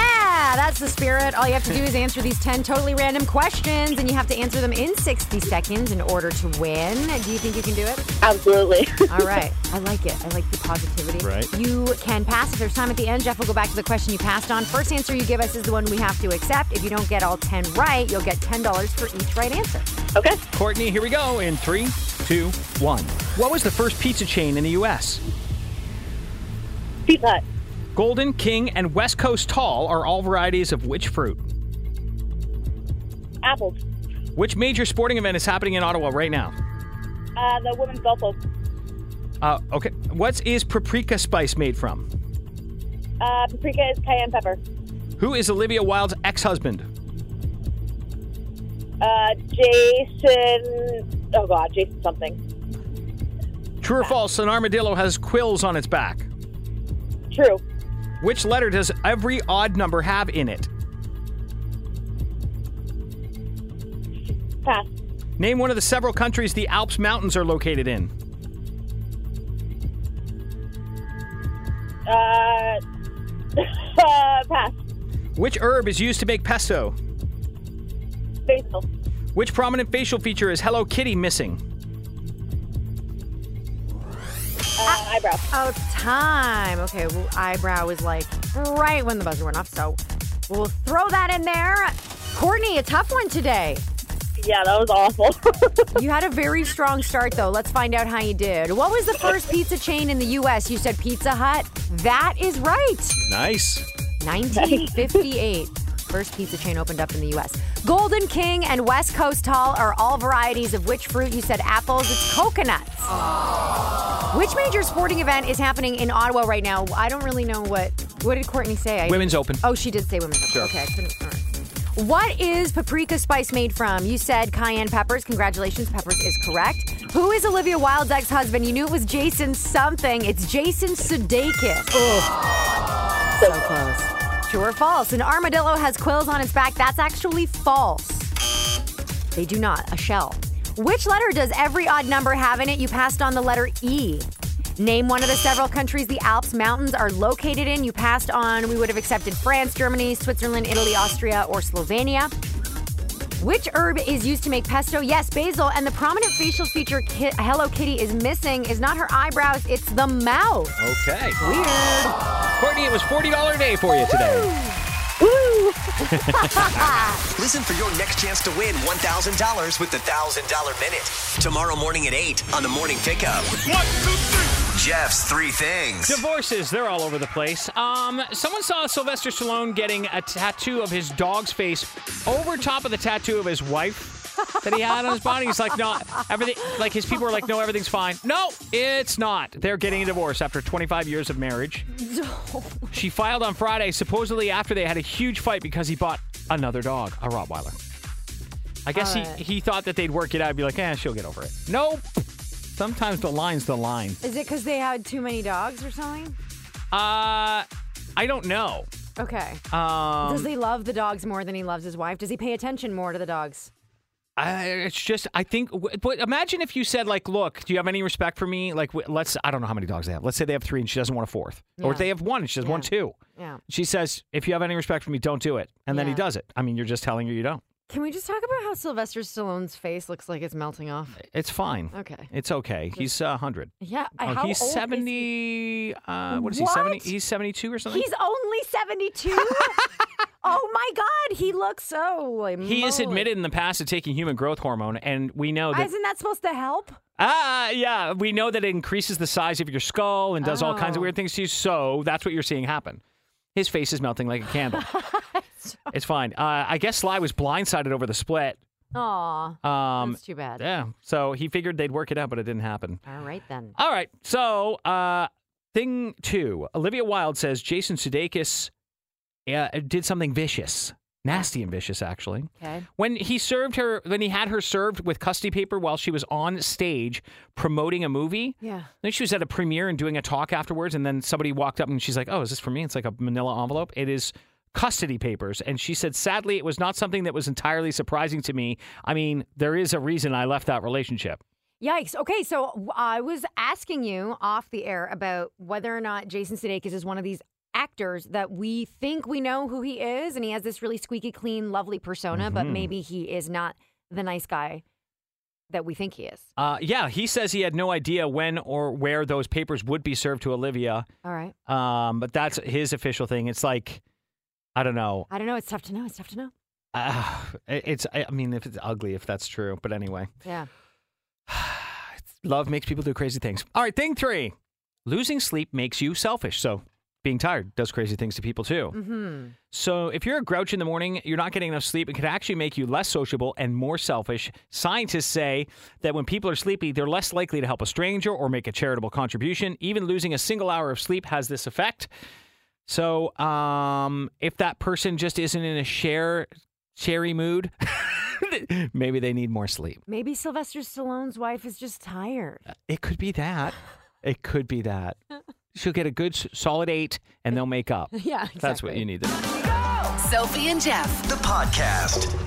that's the spirit. All you have to do is answer these 10 totally random questions and you have to answer them in 60 seconds in order to win. Do you think you can do it? Absolutely. (laughs) All right. I like it. I like the positivity. Right. You can pass. If there's time at the end, Jeff will go back to the question you passed on. First answer you give us is the one we have to accept. If you don't get all 10 right, you'll get $10 for each right answer. okay. Courtney, here we go in three, two, one. What was the first pizza chain in the U.S.? Pizza Hut. Golden, King, and West Coast Tall are all varieties of which fruit? Apples. Which major sporting event is happening in Ottawa right now? Uh, the women's golf hole. Uh, okay. What is paprika spice made from? Uh, paprika is cayenne pepper. Who is Olivia Wilde's ex-husband? Uh, Jason. Oh God, Jason something. True or false? An armadillo has quills on its back. True. Which letter does every odd number have in it? Pass. Name one of the several countries the Alps Mountains are located in. Uh, (laughs) uh, pass. Which herb is used to make pesto? Basil. Which prominent facial feature is Hello Kitty missing? Uh, eyebrow. Out time. Okay, well, eyebrow was like right when the buzzer went off. So we'll throw that in there. Courtney, a tough one today. Yeah, that was awful. (laughs) You had a very strong start, though. Let's find out how you did. What was the first pizza chain in the U.S.? You said Pizza Hut. That is right. Nice. 1958. First pizza chain opened up in the U.S. Golden King and West Coast Tall are all varieties of which fruit? You said apples. It's coconuts. Which major sporting event is happening in Ottawa right now? I don't really know what. What did Courtney say? I, Women's Open. Oh, she did say women's. Sure. Okay. I couldn't, all right. What is paprika spice made from? You said cayenne peppers. Congratulations, peppers is correct. Who is Olivia Wilde's ex-husband? You knew it was Jason something. It's Jason Sudeikis. So close. True or false? An armadillo has quills on its back. That's actually false. They do not. A shell. Which letter does every odd number have in it? You passed on the letter E. Name one of the several countries the Alps mountains are located in. You passed on. We would have accepted France, Germany, Switzerland, Italy, Austria, or Slovenia. Which herb is used to make pesto? Yes, basil. And the prominent facial feature Ki- Hello Kitty is missing is not her eyebrows, it's the mouth. Okay. Weird. Courtney, it was $40 a day for you today. Woo! Ah. Listen for your next chance to win $1,000 with the $1,000 Minute. Tomorrow morning at 8 on the Morning Pickup. One, two, three. Jeff's Three Things. Divorces, they're all over the place. Um, someone saw Sylvester Stallone getting a tattoo of his dog's face over top of the tattoo of his wife that he had on his body. He's like, no, everything, like his people were like, no, everything's fine. No, it's not. They're getting a divorce after 25 years of marriage. She filed on Friday, supposedly after they had a huge fight because he bought another dog, a Rottweiler. I guess All right. he, he thought that they'd work it out and be like, eh, she'll get over it. Nope. Sometimes the line's the line. Is it because they had too many dogs or something? Uh, I don't know. Okay. Um, Does he love the dogs more than he loves his wife? Does he pay attention more to the dogs? I, it's just I think. w- But imagine if you said like, "Look, do you have any respect for me?" Like, w- let's I don't know how many dogs they have. Let's say they have three and she doesn't want a fourth, or Yeah. if they have one and she doesn't want Yeah. two. Yeah. She says, "If you have any respect for me, don't do it." And then he Yeah. does it. I mean, you're just telling her you don't. Can we just talk about how Sylvester Stallone's face looks like it's melting off? It's fine. Okay. It's okay. He's uh, hundred. Yeah. I- Oh, how Oh, he's old is he? seventy. Uh, what is he? What? Seventy. He's seventy-two or something. He's only (laughs) 72? oh my God. He looks so. he is admitted in the past to taking human growth hormone, and we know that Isn't that supposed to help? Ah, yeah. We know that it increases the size of your skull and does all kinds of Oh. weird things to you. So that's what you're seeing happen. His face is melting like a candle. (laughs) it's fine. Uh, I guess Sly was blindsided over the split. Aw. Um, that's too bad. yeah. So he figured they'd work it out, but it didn't happen. All right then. All right. So uh, thing two Olivia Wilde says Jason Sudeikis uh, did something vicious, nasty and vicious, actually. Okay. When he served her, when he had her served with custody paper while she was on stage promoting a movie. Yeah. I think she was at a premiere and doing a talk afterwards, and then somebody walked up and she's like, "Oh, is this for me?" It's like a Manila envelope. It is custody papers, and she said, "Sadly, it was not something that was entirely surprising to me. I mean, there is a reason I left that relationship." Yikes. Okay, so w- I was asking you off the air about whether or not Jason Sudeikis is one of these actors that we think we know who he is, and he has this really squeaky clean, lovely persona, but Mm-hmm. maybe he is not the nice guy that we think he is. Uh, yeah, he says he had no idea when or where those papers would be served to Olivia, All right. um, but that's his official thing. It's like, I don't know. (sighs) I don't know. It's tough to know. It's tough to know. Uh, it's, I mean, if it's ugly, if that's true, but anyway. Yeah. Love makes people do crazy things. All right, thing three losing sleep makes you selfish. So being tired does crazy things to people too. So if you're a grouch in the morning, you're not getting enough sleep. It could actually make you less sociable and more selfish. Scientists say that when people are sleepy, they're less likely to help a stranger or make a charitable contribution. Even losing a single hour of sleep has this effect. So um, if that person just isn't in a share, sherry mood, (laughs) maybe they need more sleep. Maybe Sylvester Stallone's wife is just tired. It could be that. It could (laughs) be that. She'll get a good s- solid eight and they'll make up. Yeah, That's what you need to know. Sophie and Jeff. The podcast.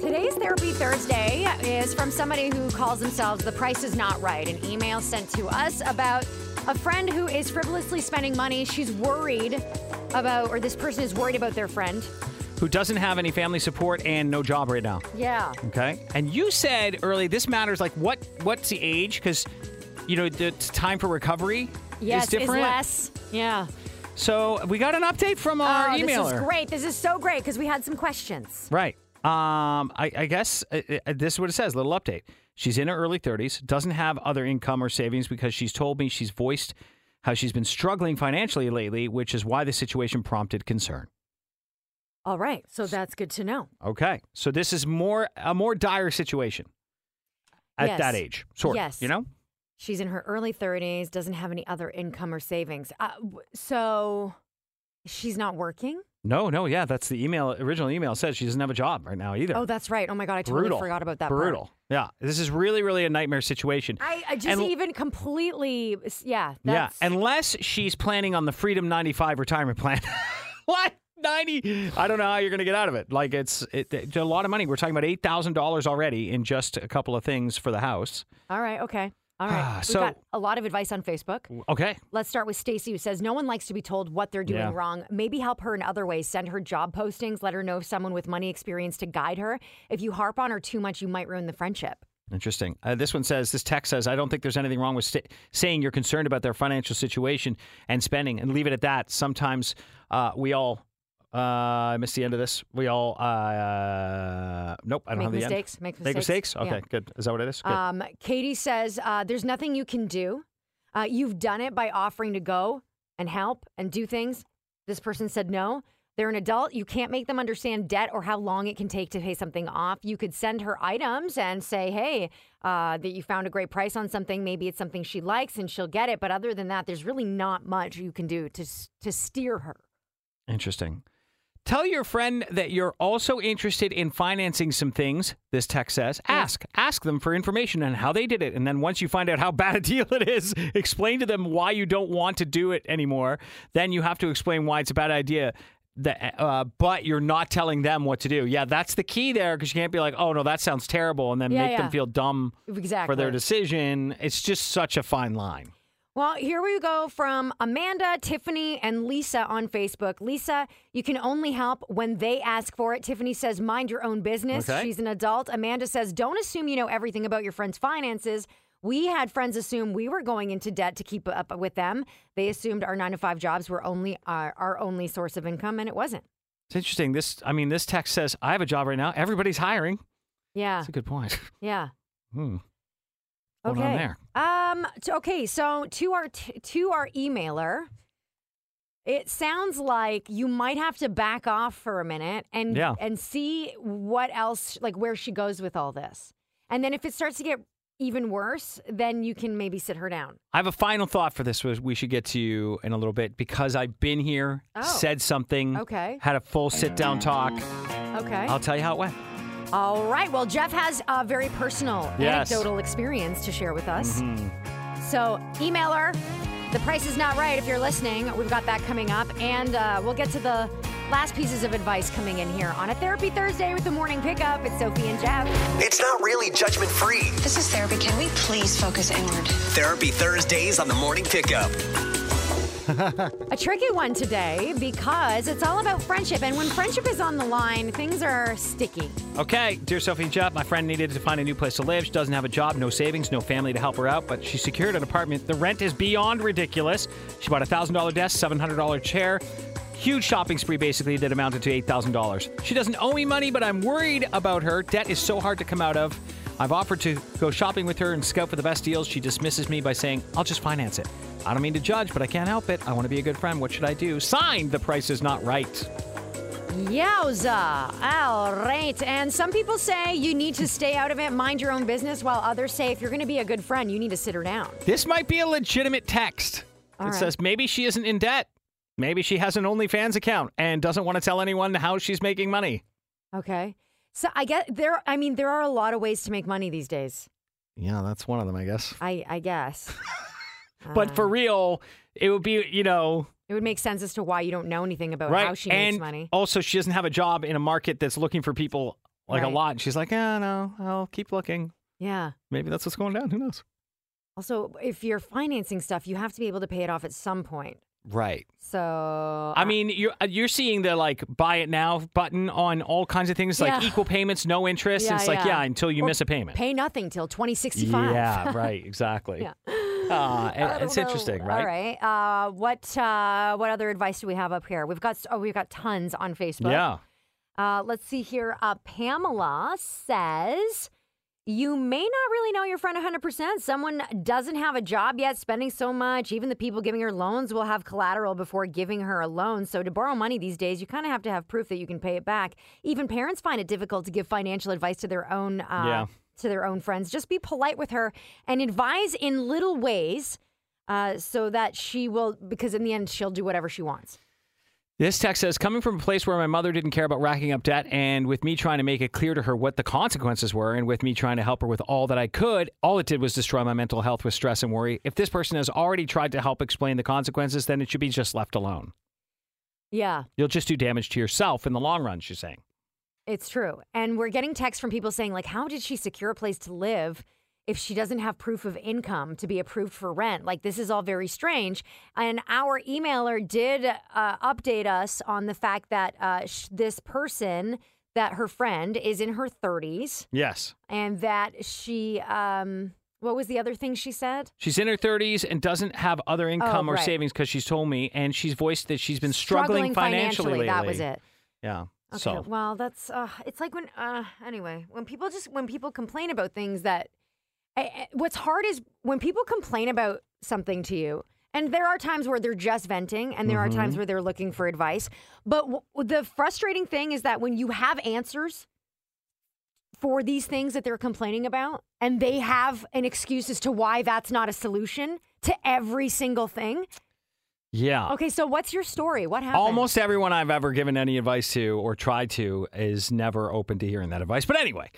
Today's Therapy Thursday is from somebody who calls themselves The Price Is Not Right. An email sent to us about a friend who is frivolously spending money. She's worried about, or this person is worried about their friend. Who doesn't have any family support and no job right now? Yeah. Okay. And you said early this matters like what what's the age? Because you know the t- time for recovery Yes, is different. less. Yeah. So we got an update from our oh, emailer. this is great. This is so great because we had some questions. Right. Um, I, I guess uh, uh, this is what it says. Little update. She's in her early 30s, doesn't have other income or savings because she's told me she's voiced how she's been struggling financially lately, which is why the situation prompted concern. All right. So that's good to know. Okay. So this is more a more dire situation at Yes. that age, sort of. Yes. You know? She's in her early 30s, doesn't have any other income or savings. Uh, w- so she's not working? No, no, yeah. That's the email. Original email says she doesn't have a job right now either. Oh, that's right. Oh my God. I totally brutal. forgot about that. part. Brutal. Yeah. This is really, really a nightmare situation. I, I just And- even completely, yeah. Yeah, That's, unless she's planning on the Freedom 95 retirement plan. (laughs) what? 90. I don't know how you're going to get out of it. Like it's, it, it's a lot of money. We're talking about $8,000 already in just a couple of things for the house. All right. Okay. All right. Ah, So- we got a lot of advice on Facebook. Okay. Let's start with Stacy, who says no one likes to be told what they're doing Yeah. wrong. Maybe help her in other ways. Send her job postings. Let her know of someone with money experience to guide her. If you harp on her too much, you might ruin the friendship. Interesting. Uh, this one says, this text says, I don't think there's anything wrong with sta saying you're concerned about their financial situation and spending and leave it at that. Sometimes uh, we all, uh, I missed the end of this. We all, uh, nope, I don't Make have the mistakes, end. make Make mistakes, mistakes? yeah. Okay, good. Is that what it is? Good. Um, Katie says uh, there's nothing you can do. Uh, you've done it by offering to go and help and do things. This person said no. They're an adult. You can't make them understand debt or how long it can take to pay something off. You could send her items and say, hey, uh, that you found a great price on something. Maybe it's something she likes and she'll get it. But other than that, there's really not much you can do to, s- to steer her. Interesting. Tell your friend that you're also interested in financing some things, this text says. Ask. Ask them for information on how they did it. And then once you find out how (laughs) bad a deal it is, (laughs) explain to them why you don't want to do it anymore. Then you have to explain why it's a bad idea. That, uh, but you're not telling them what to do. Yeah, that's the key there because you can't be like, oh, no, that sounds terrible. And then Yeah, make yeah. them feel dumb for Exactly. their decision. It's just such a fine line. Well, here we go from Amanda, Tiffany, and Lisa on Facebook. Lisa, you can only help when they ask for it. Tiffany says, mind your own business. Okay. She's an adult. Amanda says, don't assume you know everything about your friend's finances. We had friends assume we were going into debt to keep up with them. They assumed our nine to five jobs were only our, our only source of income, and it wasn't. It's interesting. This, I mean, this text says, I have a job right now. Everybody's hiring. Yeah. That's a good point. (laughs) Yeah. Hmm. Going Okay. on there? Um. t- okay. So to our t- to our emailer, it sounds like you might have to back off for a minute and Yeah. and see what else like where she goes with all this, and then if it starts to get even worse, then you can maybe sit her down. I have a final thought for this. Was we should get to you in a little bit because I've been here, Oh. said something, Okay. had a full sit down talk. Okay. I'll tell you how it went. All right. Well, Jeff has a very personal Yes. anecdotal experience to share with us. So, emailer, the price is not right if you're listening. We've got that coming up. And uh, we'll get to the last pieces of advice coming in here on a Therapy Thursday with the morning pickup. It's Sophie and Jeff. It's not really judgment free. This is therapy. Can we please focus inward? Therapy Thursdays on the morning pickup. A tricky one today because it's all about friendship. And when friendship is on the line, things are sticky. Okay, dear Sophie and Jeff, my friend needed to find a new place to live. She doesn't have a job, no savings, no family to help her out, but she secured an apartment. The rent is beyond ridiculous. She bought a $1,000 desk, $700 chair, huge shopping spree basically that amounted to $8,000. She doesn't owe me money, but I'm worried about her. Debt is so hard to come out of. I've offered to go shopping with her and scout for the best deals. She dismisses me by saying, I'll just finance it. I don't mean to judge, but I can't help it. I want to be a good friend. What should I do? Signed, the price is not right. Yowza. All right. And some people say you need to stay out of it, mind your own business, while others say if you're going to be a good friend, you need to sit her down. This might be a legitimate text. All it right. says maybe she isn't in debt. Maybe she has an OnlyFans account and doesn't want to tell anyone how she's making money. Okay. So I get there. I mean, there are a lot of ways to make money these days. Yeah, that's one of them, I guess. I, I guess But Ah. for real, it would be, you know, it would make sense as to why you don't know anything about right? Oh, how she and makes money. also, she doesn't have a job in a market that's looking for people like a Right. lot. And she's like, yeah, no, I'll keep looking. Yeah. Maybe that's what's going down. Who knows? Also, if you're financing stuff, you have to be able to pay it off at some point. Right. So I mean, you're uh, you're seeing the like buy it now button on all kinds of things, like Yeah. equal payments, no interest. and Yeah, it's like, yeah. yeah, until you Or miss a payment. pay nothing till 2065. (laughs) Yeah, right, exactly. Yeah. Uh, I and don't it's know. interesting, right? All right. Uh, what uh, what other advice do we have up here? We've got oh, we've got tons on Facebook. Yeah. Uh, let's see here. Uh, Pamela says, You may not really know your friend 100%. Someone doesn't have a job yet, spending so much. Even the people giving her loans will have collateral before giving her a loan. So, to borrow money these days, you kind of have to have proof that you can pay it back. Even parents find it difficult to give financial advice to their own. Uh, Yeah. To their own friends. Just be polite with her and advise in little ways uh, so that she will, because in the end, she'll do whatever she wants. This text says coming from a place where my mother didn't care about racking up debt, and with me trying to make it clear to her what the consequences were, and with me trying to help her with all that I could, all it did was destroy my mental health with stress and worry. If this person has already tried to help explain the consequences, then it should be just left alone. Yeah. You'll just do damage to yourself in the long run, she's saying. It's true. And we're getting texts from people saying, like, how did she secure a place to live if she doesn't have proof of income to be approved for rent? Like, this is all very strange. And our emailer did uh, update us on the fact that uh, sh- this person, that her friend, is in her 30s Yes. and that she, um, what was the other thing she said? She's in her 30s and doesn't have other income or Oh, right. savings because she's told me, and she's voiced that she's been struggling, financially. That was lately. it. Yeah. Okay. So Well, that's uh, it's like when uh, anyway, when people just when people complain about things that I, I- what's hard is when people complain about something to you. And there are times where they're just venting, and there are Mm-hmm. times where they're looking for advice. But w- the frustrating thing is that when you have answers for these things that they're complaining about, and they have an excuse as to why that's not a solution to every single thing. yeah. Okay, so what's your story? What happened? Ah. Almost everyone I've ever given any advice to or tried to is never open to hearing that advice. But anyway,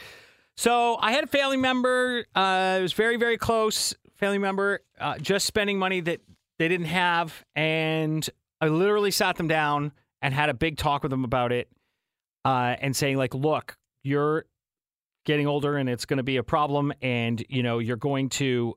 so I had a family member. Uh, it was very, very close family member, uh, just spending money that they didn't have, and I literally sat them down and had a big talk with them about it, uh, and saying like, "Look, you're getting older, and it's going to be a problem, and you know you're going to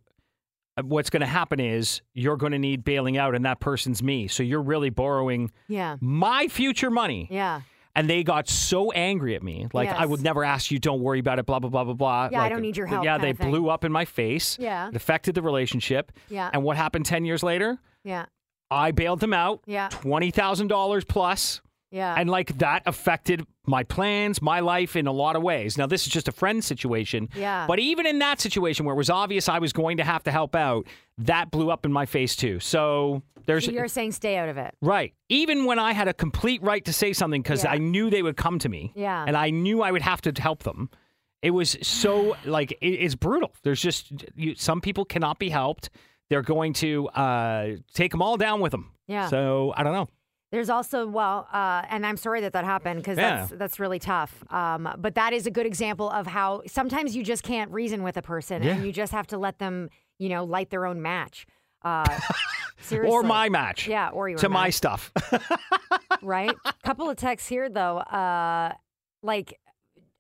what's going to happen is you're going to need bailing out and that person's me so you're really borrowing Yeah. my future money Yeah. and they got so angry at me like i Yes. would never ask you don't worry about it blah blah blah blah blah Yeah, I Like, don't need your help yeah kinda they thing. blew up in my face Yeah. it affected the relationship Yeah. and what happened 10 years later Yeah. i bailed them out Yeah. $20000 plus Yeah. and like that affected my plans, my life in a lot of ways. Now, this is just a friend situation. Yeah. But even in that situation where it was obvious I was going to have to help out, that blew up in my face too. So there's. So you're saying stay out of it. Right. Even when I had a complete right to say something because Yeah. I knew they would come to me. Yeah. And I knew I would have to help them. It was (sighs) so, like, it, it's brutal. There's just, you, some people cannot be helped. They're going to uh, take them all down with them. Yeah. So I don't know. There's also well, uh, and I'm sorry that that happened because that's Yeah. that's really tough. Um, but that is a good example of how sometimes you just can't reason with a person, Yeah. and you just have to let them, you know, light their own match. Uh, seriously. (laughs) Or my match. Yeah, or your To my match. stuff. (laughs) right? Couple of texts here though, uh, like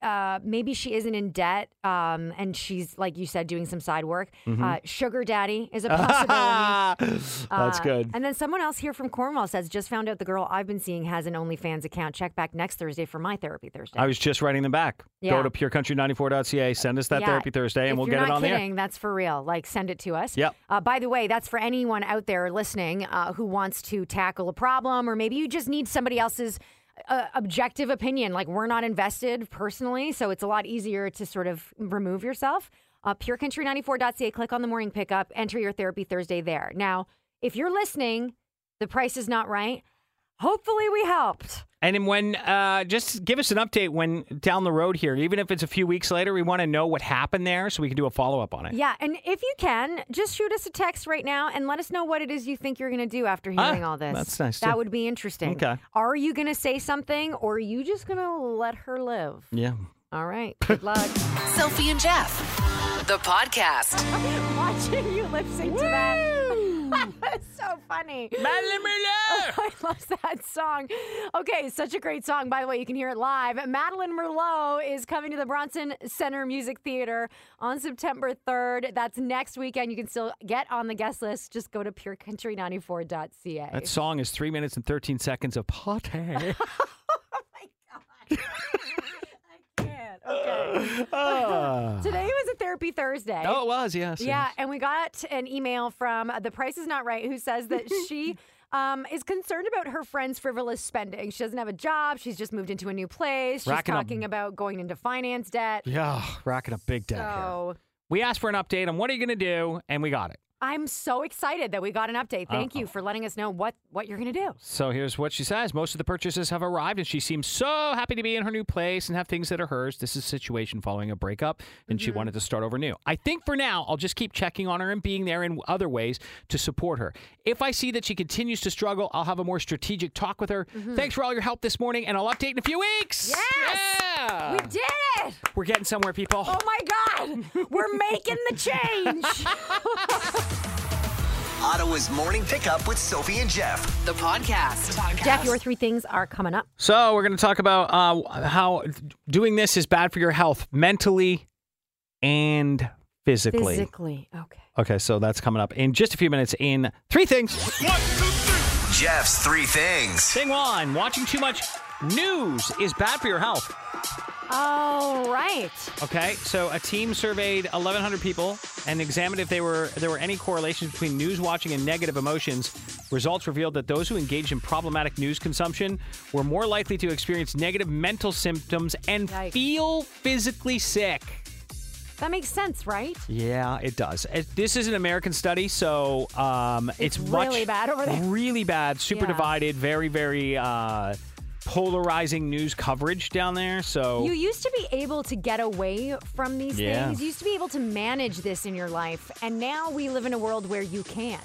uh, maybe she isn't in debt, um, and she's like you said, doing some side work. Mm-hmm. Uh, sugar daddy (laughs) is a possibility. That's Uh, good. And then someone else here from Cornwall says, just found out the girl I've been seeing has an OnlyFans account. Check back next Thursday for my therapy Thursday. I was just writing them back. Yeah. Go to purecountry94.ca, send us that Yeah, therapy Thursday, and if we'll you're get it not on kidding, the air. That's for real. Like, send it to us. Yep. Uh, by the way, that's for anyone out there listening uh, who wants to tackle a problem, or maybe you just need somebody else's uh, objective opinion. Like, we're not invested personally, so it's a lot easier to sort of remove yourself. Uh, PureCountry94.ca. Click on the morning pickup. Enter your therapy Thursday there. Now, if you're listening, the price is not right. Hopefully, we helped. And then when, uh, just give us an update when down the road here, even if it's a few weeks later, we want to know what happened there so we can do a follow up on it. Yeah, and if you can, just shoot us a text right now and let us know what it is you think you're going to do after hearing Ah, all this. that's nice, That too. would be interesting. Okay. Are you going to say something or are you just going to let her live? Yeah. All right. Good (laughs) luck. Sophie and Jeff, the podcast. (laughs) Watching you lip sync to (laughs) that. That's so funny. (laughs) Oh, I love that song. Okay, such a great song. By the way, you can hear it live. Madeline Merlot is coming to the Bronson Center Music Theater on September 3rd. That's next weekend. You can still get on the guest list. Just go to purecountry94.ca. That song is three minutes and 13 seconds of hot (laughs) (laughs) air. Man, okay. Ah. Today was a therapy Thursday. oh, it was, yes. Yeah, yes. and we got an email from uh, The Price Is Not Right who says (laughs) that she um, is concerned about her friend's frivolous spending. She doesn't have a job. She's just moved into a new place. She's Racking up- talking about going into finance debt. Yeah, rocking a big deck here. So We asked for an update on what are you going to do, and we got it. I'm so excited that we got an update. Thank you for letting us know what, what you're going to do. So here's what she says. Most of the purchases have arrived, and she seems so happy to be in her new place and have things that are hers. This is a situation following a breakup, and Mm-hmm. she wanted to start over new. I think for now, I'll just keep checking on her and being there in other ways to support her. If I see that she continues to struggle, I'll have a more strategic talk with her. Thanks for all your help this morning, and I'll update in a few weeks. Mm-hmm. Yes! Yeah! We Oh. did it! We're getting somewhere, people. (laughs) Oh my God! We're making the change! Ottawa's morning pickup with Sophie and Jeff. The podcast. Jeff, your three things are coming up. So we're going to talk about uh, how doing this is bad for your health mentally and physically. Physically. Okay. Okay, so that's coming up in just a few minutes in three things. Jeff's three things. Thing one, watching too much news is bad for your health. All right. Okay, so a team surveyed 1,100 people and examined if they were there were any correlations between news watching and negative emotions. Results revealed that those who engaged in problematic news consumption were more likely to experience negative mental symptoms and Yikes. feel physically sick. That makes sense, right? Yeah, it does. It- this is an American study, so um, it's, It's really much- bad over there. Really bad, super Yeah. divided, very, very uh, polarizing news coverage down there. So You used to be able to get away from these Yeah. things. You used to be able to manage this in your life, and now we live in a world where you can't.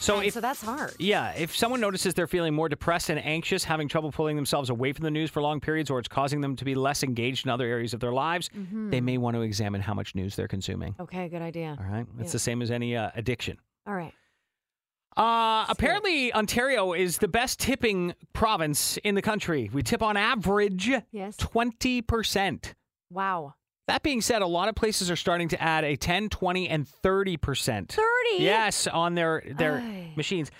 so And Oh, if so that's hard. Yeah, if someone notices they're feeling more depressed and anxious, having trouble pulling themselves away from the news for long periods, or it's causing them to be less engaged in other areas of their lives, they Mm-hmm. may want to examine how much news they're consuming. Okay, good idea. All right, it's the same as any uh, addiction. All right. Uh, apparently, Ontario is the best tipping province in the country. We tip on average Yes. twenty percent. Wow. That being said, a lot of places are starting to add a 10, 20, and 30%. 30? Yes, on their their Ay. machines.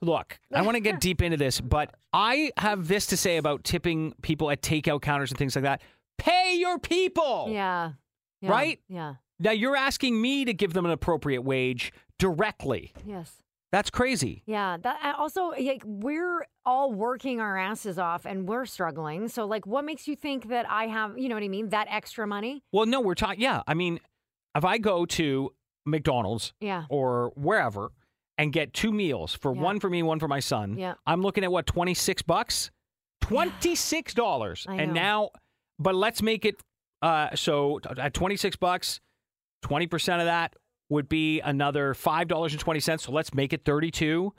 Look, I want (laughs) to get deep into this, but I have this to say about tipping people at takeout counters and things like that. Pay your people. Yeah. Yeah. Right? Yeah. Now you're asking me to give them an appropriate wage directly. Yes. That's crazy. Yeah. That I also like we're all working our asses off and we're struggling. So like, what makes you think that I have? You know what I mean? That extra money? Well, no, we're talking. Yeah, I mean, if I go to McDonald's Yeah. or wherever and get two meals for Yeah. one for me, one for my son, Yeah. I'm looking at what twenty six bucks, twenty six dollars, I and know. now, but let's make it uh, so at twenty six bucks, twenty percent of that would be another five dollars and twenty cents. So let's make it thirty two.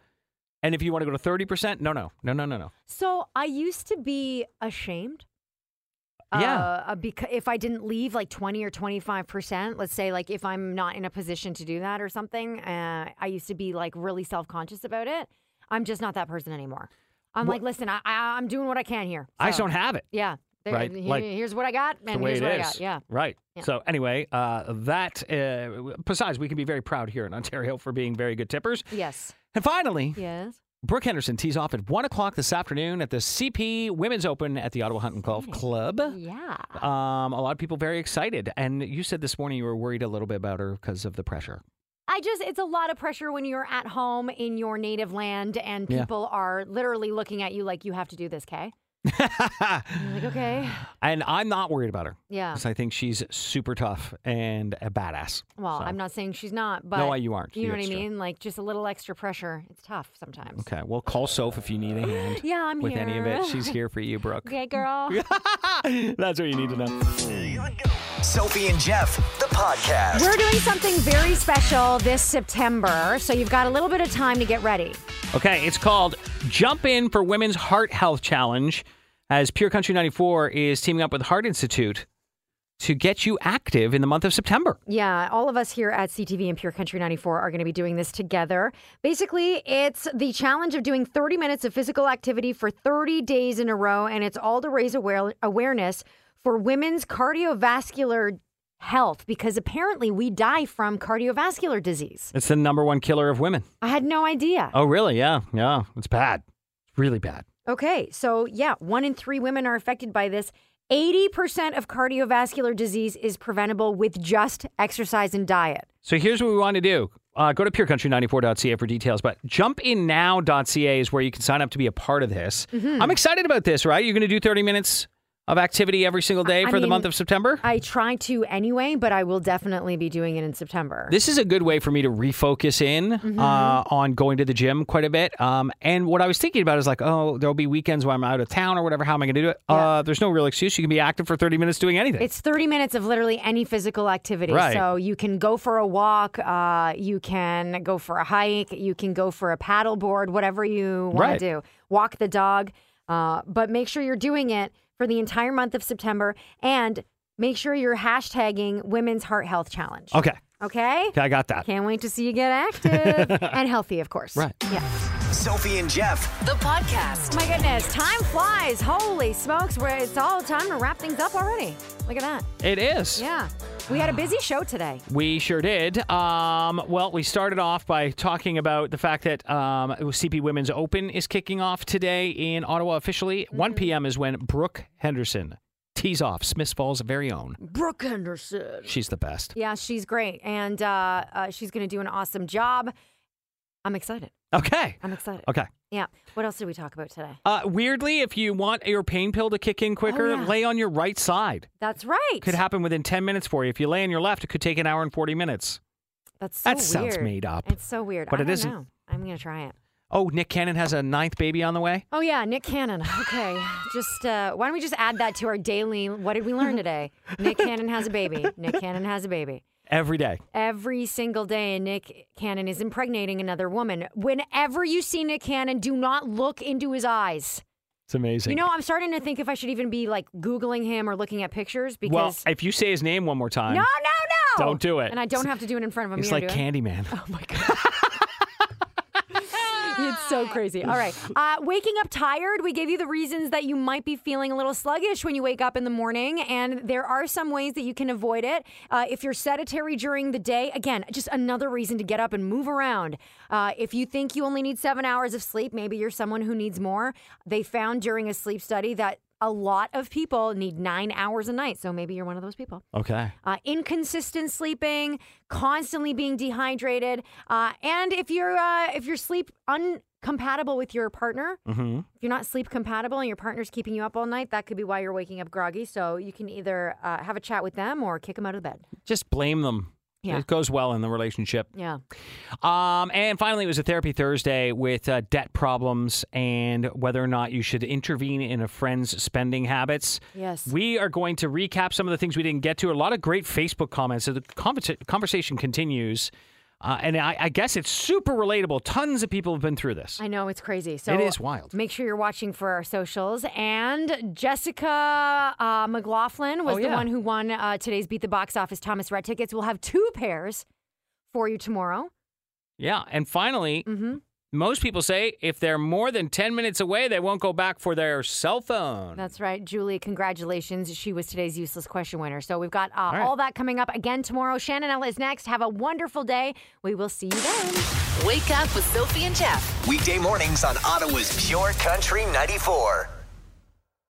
And if you want to go to thirty percent, no, no, no, no, no, no. So I used to be ashamed. Yeah. Uh, because if I didn't leave like 20 or 25%, let's say like if I'm not in a position to do that or something, uh, I used to be like really self conscious about it. I'm just not that person anymore. I'm Wha- like, listen, I, I, I'm doing what I can here. I So, just don't have it. Yeah. There- Right, here- like, here's what I got, and the way here's it what I is. got. Yeah. Right. Yeah. So anyway, uh, that uh, besides, we can be very proud here in Ontario for being very good tippers. Yes. And finally, Yes. Brooke Henderson tees off at one o'clock this afternoon at the CP Women's Open at the Ottawa Hunt and Golf Club. Yeah. Um, a lot of people very excited, and you said this morning you were worried a little bit about her because of the pressure. I just, it's a lot of pressure when you're at home in your native land and Yeah. people are literally looking at you like you have to do this, (laughs) Kay? I'm like, okay. and I'm not worried about her Yeah. 'cause I think she's super tough and a badass. Well, So- I'm not saying she's not, but No, you aren't. You know what I That's true. mean? Like just a little extra pressure. It's tough sometimes. Okay, well, call Soph if you need a hand. (laughs) Yeah, I'm with any of here. it. She's here for (laughs) you, Brooke. Okay, girl. (laughs) That's what you need to know. Sophie and Jeff, the podcast. We're doing something very special this September, so you've got a little bit of time to get ready. Okay, it's called Jump In for Women's Heart Health Challenge, as Pure Country 94 is teaming up with Heart Institute to get you active in the month of September. Yeah, all of us here at CTV and Pure Country 94 are going to be doing this together. Basically, it's the challenge of doing 30 minutes of physical activity for 30 days in a row, and it's all to raise aware- awareness for women's cardiovascular health because apparently we die from cardiovascular disease. It's the number one killer of women. I had no idea. Oh, really? Yeah, yeah. It's bad. Really bad. Okay, so yeah, one in three women are affected by this. 80% of cardiovascular disease is preventable with just exercise and diet. So here's what we want to do. Uh, go to purecountry94.ca for details, but jumpinnow.ca is where you can sign up to be a part of this. Mm-hmm. I'm excited about this, right? You're going to do 30 minutes of activity every single day I for the mean, month of September? I try to anyway, but I will definitely be doing it in September. This is a good way for me to refocus in Mm-hmm. uh, on going to the gym quite a bit. Um, and what I was thinking about is like, oh, there'll be weekends where I'm out of town or whatever. How am I going to do it? Uh, there's no real excuse. You can be active for 30 minutes doing anything. it's 30 minutes of literally any physical activity. Right. So you can go for a walk, uh, you can go for a hike, you can go for a paddle board, whatever you want Right. to do. Walk the dog. Uh, but make sure you're doing it for the entire month of September and make sure you're hashtagging Women's Heart Health Challenge. okay. Okay? I got that. Can't wait to see you get (laughs) active and healthy, of course. Right. Yeah. Sophie and Jeff. The podcast. Oh my goodness, time flies. Holy smokes, we're, it's all time to wrap things up already. Look at that. It is. Yeah. We had a (sighs) busy show today. We sure did. Um, well, we started off by talking about the fact that um, it was CP Women's Open is kicking off today in Ottawa officially. Mm-hmm. 1 p.m. is when Brooke Henderson tees off Smiths Falls' very own. Brooke Henderson. She's the best. Yeah, she's great. And uh, uh, she's going to do an awesome job. I'm excited. Okay. I'm excited. Okay. Yeah. What else did we talk about today? Uh, weirdly, if you want your pain pill to kick in quicker, Oh, yeah. lay on your right side. That's right. Could happen within 10 minutes for you. If you lay on your left, it could take an hour and 40 minutes. That's so That sounds weird. made up. It's so weird. But I it don't isn't. know. I'm going to try it. Oh, Nick Cannon has a ninth baby on the way. Oh yeah, Nick Cannon. Okay, (sighs) just uh, why don't we just add that to our daily? What did we (laughs) learn today? Nick Cannon has a baby. Nick Cannon has a baby Every day. every single day. Nick Cannon is impregnating another woman. Whenever you see Nick Cannon, do not look into his eyes. It's amazing. You know, I'm starting to think if I should even be like googling him or looking at pictures well, because if you say his name one more time, no, no, no, Don't do it. And I don't have to do it Oh in front of a it's mirror. like do I? Candyman. It's so crazy. All right. Uh, waking up tired, we gave you the reasons that you might be feeling a little sluggish when you wake up in the morning, and there are some ways that you can avoid it. Uh, if you're sedentary during the day, again, just another reason to get up and move around. Uh, if you think you only need seven hours of sleep, maybe you're someone who needs more. They found during a sleep study that a lot of people need nine hours a night, so maybe you're one of those people Okay. uh, inconsistent sleeping, constantly being dehydrated, uh, and if you're uh, if you're sleep uncompatible with your partner, Mm-hmm. if you're not sleep compatible and your partner's keeping you up all night, that could be why you're waking up groggy. So you can either uh, have a chat with them or kick them out of the bed. Just blame them. Yeah. It goes well in the relationship. Yeah, Um, and finally, it was a therapy Thursday with uh, debt problems and whether or not you should intervene in a friend's spending habits. Yes. We are going to recap some of the things we didn't get to. A lot of great Facebook comments. So the conversa- conversation continues. Uh, and I, I guess it's super relatable. Tons of people have been through this. I know it's crazy. So It is wild. Make sure you're watching for our socials. And Jessica uh, McLaughlin was Oh, the yeah. one who won uh, today's Beat the Box Office Thomas Rhett tickets. We'll have two pairs for you tomorrow. Yeah. And finally, Mm-hmm. most people say if they're more than 10 minutes away, they won't go back for their cell phone. That's right. Julie, congratulations. She was today's useless question winner. So we've got uh, all, right. that coming up again tomorrow. Shannon Ella is next. Have a wonderful day. We will see you then. Wake up with Sophie and Jeff. Weekday mornings on Ottawa's Pure Country 94.